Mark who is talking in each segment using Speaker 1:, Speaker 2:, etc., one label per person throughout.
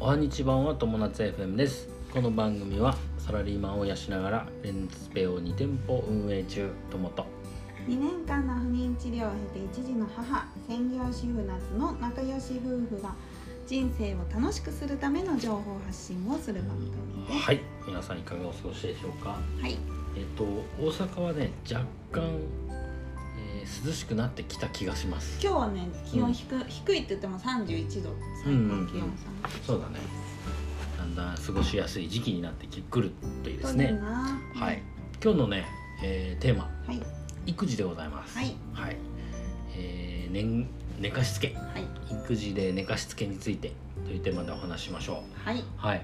Speaker 1: 半日版は友達 FM ですこの番組はサラリーマンを養いながらレンズペを2店舗運営中友と
Speaker 2: 2年間の不妊治療を経て一児の母専業主婦夏の仲良し夫婦が人生を楽しくするための情報発信をする番組です
Speaker 1: はい皆さんいかがお過ごしでしょうか
Speaker 2: はい
Speaker 1: えっと大阪はね若干、えー涼しくなってきた気がします
Speaker 2: 今日はね気温低,、低いって言っても31度最高気温
Speaker 1: そうだねだんだん過ごしやすい時期になってきくるといいで
Speaker 2: 3
Speaker 1: す
Speaker 2: 度、
Speaker 1: ね
Speaker 2: な
Speaker 1: はい今日のね、えーテーマ
Speaker 2: はい
Speaker 1: 育児でございます
Speaker 2: はい、
Speaker 1: えー年寝かしつけ
Speaker 2: はい
Speaker 1: 育児で寝かしつけについてというテーマでお話ししましょ
Speaker 2: はい、
Speaker 1: うはい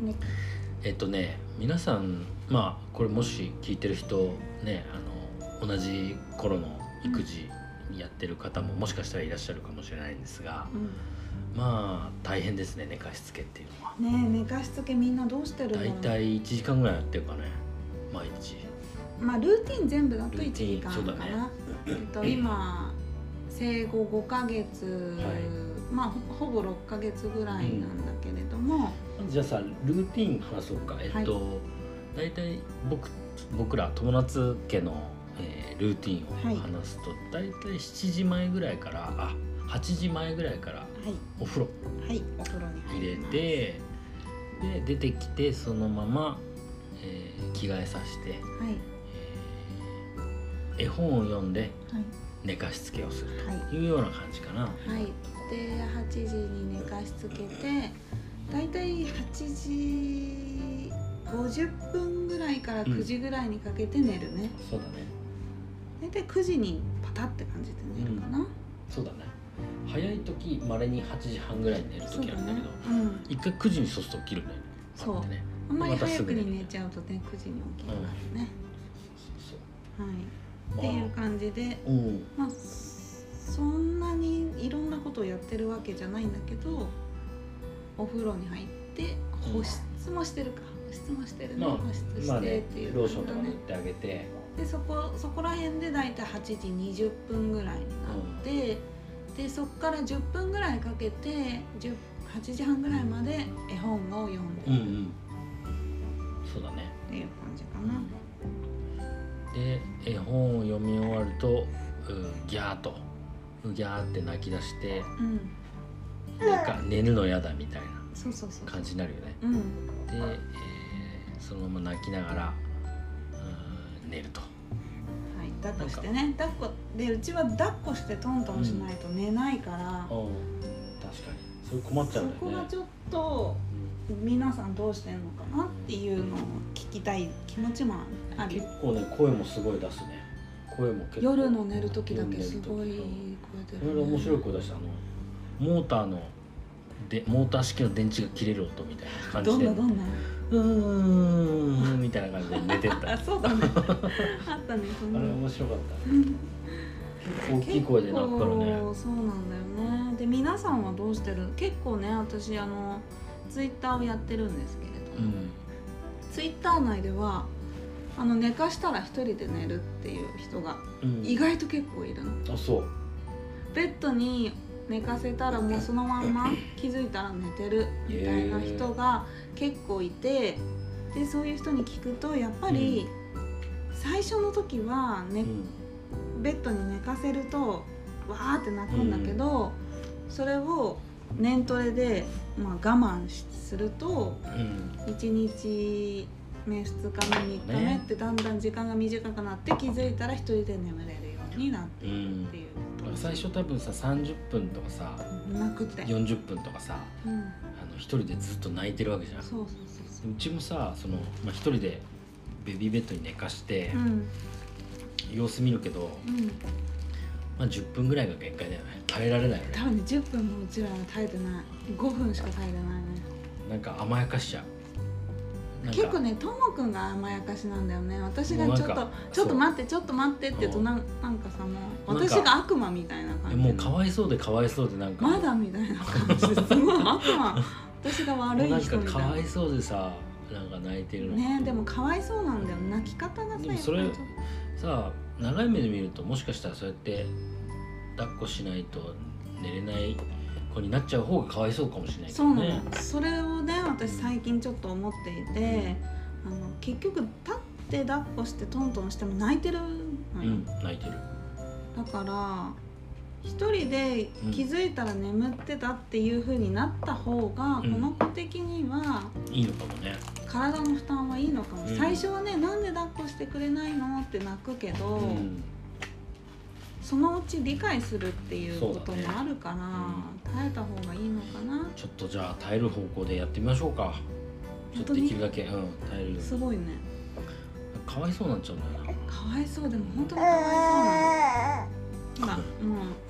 Speaker 2: ね、
Speaker 1: えっとね皆さんまあこれもし聞いてる人ねあの同じ頃の育児やってる方ももしかしたらいらっしゃるかもしれないんですが
Speaker 2: う
Speaker 1: まあ大変ですね寝かしつけっていうのは
Speaker 2: ん、ねえ寝かしつけみんなどうしてるんだろう
Speaker 1: 大体1時間ぐらいやってるかね毎日
Speaker 2: まあルーティン全部だと
Speaker 1: ルー
Speaker 2: 1
Speaker 1: ティ
Speaker 2: 時
Speaker 1: ン
Speaker 2: 間
Speaker 1: そうだ
Speaker 2: か
Speaker 1: ね
Speaker 2: な、えっ と今生後5ヶ月、
Speaker 1: い
Speaker 2: まあほほぼ6ヶ月ぐらいなんだけれども、
Speaker 1: じゃあさルーティン話そうかえっと、大体僕僕ら友達家の、えールーティ
Speaker 2: はい
Speaker 1: ンを話すと、大体7時前ぐらいからあ8時前ぐらいからお風呂
Speaker 2: はいはいお風呂に
Speaker 1: 入
Speaker 2: 入
Speaker 1: れ
Speaker 2: ります
Speaker 1: てで出てきてそのまま、えー着替えさせて、
Speaker 2: はい
Speaker 1: えー絵本を読んで
Speaker 2: は
Speaker 1: 寝かしつけをする
Speaker 2: い
Speaker 1: というような感じかな。
Speaker 2: はい、はい、で8時に寝かしつけてだいたい8時50分ぐらいから9時ぐらいにかけて寝るね、
Speaker 1: そうだね
Speaker 2: だいたい9時にパタって感じで寝るかな、
Speaker 1: そうだね早い時まれに8時半ぐらいに寝る
Speaker 2: そう
Speaker 1: 時あ
Speaker 2: だ
Speaker 1: るんだ
Speaker 2: ね
Speaker 1: けど、
Speaker 2: うん
Speaker 1: 一回9時にそうすると起きるんだよね
Speaker 2: そう
Speaker 1: パッてね
Speaker 2: あんまり
Speaker 1: またす
Speaker 2: 早
Speaker 1: ぐ
Speaker 2: く
Speaker 1: 寝る
Speaker 2: に寝ちゃうとね9時に起きるからね、
Speaker 1: そう
Speaker 2: はい、っていう
Speaker 1: まあ
Speaker 2: 感じで
Speaker 1: うん
Speaker 2: まあそんなにいろんなことをやってるわけじゃないんだけどお風呂に入って保湿もしてるか保湿もしてるね、
Speaker 1: まあ
Speaker 2: 保湿
Speaker 1: まあ
Speaker 2: してっ
Speaker 1: ね
Speaker 2: ていう感
Speaker 1: ロー
Speaker 2: じだ
Speaker 1: ションとか塗
Speaker 2: ね
Speaker 1: ってあげて
Speaker 2: でそこそこら辺で大体8時20分ぐらいになって、でそこから10分ぐらいかけて10 8時半ぐらいまで絵本を読んで
Speaker 1: うんう
Speaker 2: るっ
Speaker 1: んそうだね
Speaker 2: ていう感じかな、
Speaker 1: で絵本を読み終わるとうギャーとうギャーって泣き出して
Speaker 2: うん
Speaker 1: なんか寝るの嫌だみたいな
Speaker 2: そうそうそう
Speaker 1: 感じになるよね
Speaker 2: うん
Speaker 1: で、えーそのまま泣きながらうん寝ると
Speaker 2: はい抱っこしてね抱っこでうちは抱っこしてトントンしないと寝ないから、
Speaker 1: 確かにそれ困っちゃ
Speaker 2: そ
Speaker 1: うんだよ
Speaker 2: こ
Speaker 1: ね
Speaker 2: がちょっと皆さんどうしてんのかなっていうのを聞きたい気持ちもある
Speaker 1: 結構ね声もすごい出すね声も結構
Speaker 2: 夜の寝る時だけ
Speaker 1: 夜の寝
Speaker 2: す
Speaker 1: る時
Speaker 2: ごい声
Speaker 1: こ
Speaker 2: 出
Speaker 1: れ
Speaker 2: る、
Speaker 1: が面白い声出したあのモーターのでモーター式の電池が切れる音みたいな感
Speaker 2: ど
Speaker 1: じ
Speaker 2: ん
Speaker 1: で
Speaker 2: などんな
Speaker 1: うーんみたいな感じで寝てった
Speaker 2: あ
Speaker 1: あ
Speaker 2: そうだね あったねそん
Speaker 1: れ
Speaker 2: な
Speaker 1: 面白かった
Speaker 2: うん
Speaker 1: 結構大きい声で鳴くからね
Speaker 2: 結構そうなんだよねで皆さんはどうしてる結構ね私あのツイッターをやってるんですけれども、
Speaker 1: うん
Speaker 2: ツイッター内ではあの寝かしたら一人で寝るっていう人が
Speaker 1: うん
Speaker 2: 意外と結構いるの
Speaker 1: あそう
Speaker 2: ベッドに寝かせたらもうそのまんま気づいたら寝てるみたいな人が結構いてでそういう人に聞くとやっぱり最初の時は、
Speaker 1: う
Speaker 2: ね、
Speaker 1: ん
Speaker 2: ベッドに寝かせるとわーって泣くんだけど、それを年トレで、まあ、我慢しすると
Speaker 1: うん
Speaker 2: 1日目2日目3日目ってだんだん時間が短くなって気づいたら一人で眠れるようになっているっていう、
Speaker 1: 最初多分さ30分とかさ
Speaker 2: 泣くって、うん、
Speaker 1: 40分とかさあの一人でずっと泣いてるわけじゃん
Speaker 2: そうそうそう
Speaker 1: うちもさその、まあ、一人でベビーベッドに寝かして
Speaker 2: そううん
Speaker 1: 様子見るけど、
Speaker 2: うん
Speaker 1: まあ、10分ぐらいが限界だよね耐えられないよ
Speaker 2: 多
Speaker 1: ね
Speaker 2: 分ね10分もうちらは耐えてない5分しか耐えてないね
Speaker 1: なんか甘やかしちゃうなんか
Speaker 2: 結構ねともくんが甘やかしなんだよね私が
Speaker 1: もう
Speaker 2: ち
Speaker 1: な
Speaker 2: ょ
Speaker 1: ん
Speaker 2: っ
Speaker 1: か
Speaker 2: とちょっと待ってちょっと待ってって言うと
Speaker 1: うん
Speaker 2: なんなんかさもう
Speaker 1: なん
Speaker 2: 私
Speaker 1: か
Speaker 2: が悪魔みたいな感
Speaker 1: え
Speaker 2: じ
Speaker 1: もうかわいそうでかわいそうでなんか
Speaker 2: まだみたいな感じですごい悪 魔私が悪い
Speaker 1: もう
Speaker 2: 人
Speaker 1: なん
Speaker 2: みた
Speaker 1: かか
Speaker 2: いな
Speaker 1: わいそうでさなんか泣いてるの、
Speaker 2: ねでもかわいそうなんだよ泣き方がさ
Speaker 1: でもそれ
Speaker 2: やっぱり
Speaker 1: さあ長い目で見るともしかしたらそうやって抱っこしないと寝れない子になっちゃう方がかわいそうかもしれないけ
Speaker 2: そ
Speaker 1: ど
Speaker 2: うなの、
Speaker 1: ね
Speaker 2: それをね私最近ちょっと思っていて、あの結局立って抱っこしてトントンしても泣いてるのよ、
Speaker 1: うん泣いてる
Speaker 2: だから一人で気づいたら眠ってたっていう風になった方が、
Speaker 1: うん
Speaker 2: この子的にはい
Speaker 1: いのかもね
Speaker 2: 体の負担はいいのかも、
Speaker 1: うん
Speaker 2: 最初はねなんで抱っこしてくれないのって泣くけど、
Speaker 1: うん
Speaker 2: そのうち理解するっていう
Speaker 1: そう
Speaker 2: こ
Speaker 1: だね
Speaker 2: ともあるから、耐えた方がいいのかな
Speaker 1: ちょっとじゃあ耐える方向でやってみましょうかちょっ
Speaker 2: 本当
Speaker 1: とで
Speaker 2: に
Speaker 1: きるだけうん耐えるよ
Speaker 2: すごいね
Speaker 1: うにかわいそうになっちゃうんだよな
Speaker 2: かわいそうでも本当にかわいそうなの今もう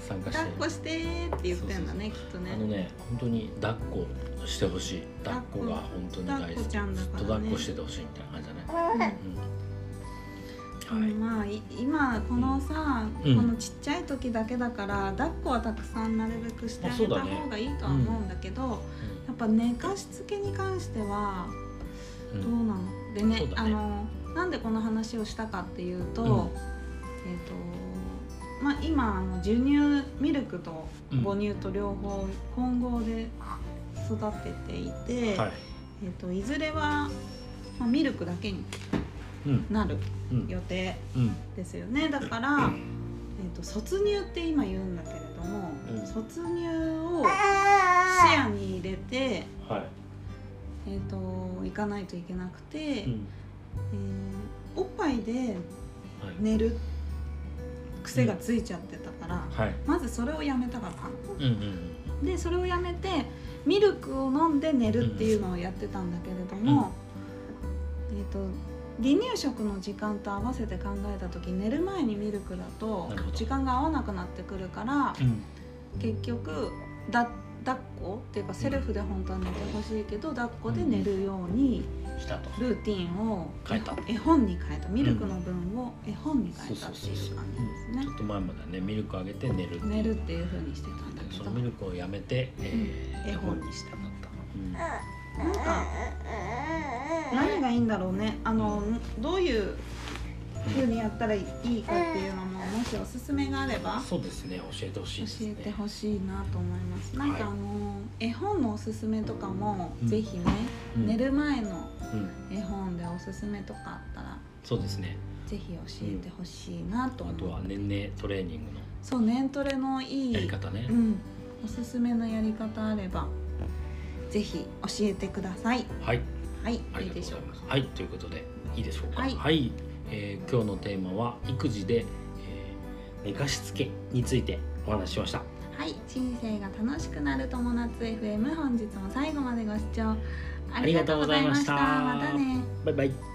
Speaker 1: 参加して
Speaker 2: 抱っこしてーって言ってんだねきっと
Speaker 1: あの
Speaker 2: ね
Speaker 1: ね本当に抱っこしてほしい抱っこが本当に大好
Speaker 2: 抱っ
Speaker 1: き
Speaker 2: こちゃんだ
Speaker 1: ずっ
Speaker 2: からね
Speaker 1: と抱っこしててほしいみたいな感じだね、うん、
Speaker 2: う
Speaker 1: はい、
Speaker 2: んまあい今このさ、
Speaker 1: うん
Speaker 2: このちっちゃい時だけだから抱っこはたくさんなるべくしてあげた方がいいとは思うんだけど、やっぱ寝かしつけに関しては
Speaker 1: うん
Speaker 2: どうなの、でね
Speaker 1: そうだ
Speaker 2: あ
Speaker 1: ね
Speaker 2: のなんでこの話をしたかっていうと、
Speaker 1: うん
Speaker 2: えっ、とまあ今あの授乳ミルクと
Speaker 1: うん
Speaker 2: 母乳と両方混合で育てていて、
Speaker 1: はい
Speaker 2: えっといずれは、まあ、ミルクだけに
Speaker 1: うん
Speaker 2: なる
Speaker 1: うん
Speaker 2: 予定
Speaker 1: うん
Speaker 2: ですよねだから、えっと卒乳って今言うんだけれども、
Speaker 1: うん
Speaker 2: 卒乳を視野に入れて。
Speaker 1: は
Speaker 2: えー、と行かないといけなくて、
Speaker 1: い、
Speaker 2: え
Speaker 1: うん
Speaker 2: ーおっぱいで
Speaker 1: はい
Speaker 2: 寝る癖がついちゃってたから、
Speaker 1: はい
Speaker 2: まずそれをやめたかったの
Speaker 1: うんうん
Speaker 2: でそれをやめてミルクを飲んで寝るっていうのをやってたんだけれども、えー、と離乳食の時間と合わせて考えた時寝る前にミルクだと
Speaker 1: なるほど
Speaker 2: 時間が合わなくなってくるから
Speaker 1: うん
Speaker 2: 結局だ抱っこっていうかセルフで本当は寝てほしいけど抱っこで寝るように。
Speaker 1: うんしたと
Speaker 2: ルーティンを
Speaker 1: 変えた
Speaker 2: 絵本に変えたミルクの分を絵本に変えたっていう感じです
Speaker 1: ちょ
Speaker 2: ね
Speaker 1: っと前まではねミルクあげて寝るっていう
Speaker 2: 寝るっていう風にしてたんだけ
Speaker 1: そ
Speaker 2: ど
Speaker 1: のミルクをやめて、えー
Speaker 2: 絵本にした
Speaker 1: なった、
Speaker 2: なんか何がいいんだろうねあのどういう風にやったらいいかっていうのももしおすすめがあれば
Speaker 1: そうですね教えてほしい
Speaker 2: 教
Speaker 1: です
Speaker 2: え
Speaker 1: ね
Speaker 2: てほしいなと思いますなんかあ
Speaker 1: は
Speaker 2: の
Speaker 1: い
Speaker 2: 絵本のおすすめとかも
Speaker 1: うん
Speaker 2: ぜひね
Speaker 1: うん
Speaker 2: 寝る前の
Speaker 1: うん
Speaker 2: 絵本でおすすめとかあったら
Speaker 1: そうですね
Speaker 2: ぜひ教えてほしいなと
Speaker 1: あ
Speaker 2: 思
Speaker 1: とは
Speaker 2: う
Speaker 1: 年齢トレーニングの
Speaker 2: そう年トレのいい
Speaker 1: やり方ね、
Speaker 2: うん、おすすめのやり方あればぜひ教えてください。
Speaker 1: はい
Speaker 2: はい、
Speaker 1: あ
Speaker 2: い
Speaker 1: り
Speaker 2: い
Speaker 1: がと
Speaker 2: で
Speaker 1: うご
Speaker 2: しょ
Speaker 1: ざ
Speaker 2: う
Speaker 1: い。ますはいということでいいでしょうか
Speaker 2: はい
Speaker 1: えー今日のテーマは育児で、えー寝かしつけについてお話ししました
Speaker 2: はい、人生が楽しくなる友達 FM 本日も最後までご視聴ありがとうございました。
Speaker 1: ありが
Speaker 2: ま
Speaker 1: とうございました
Speaker 2: たね。
Speaker 1: バイバイ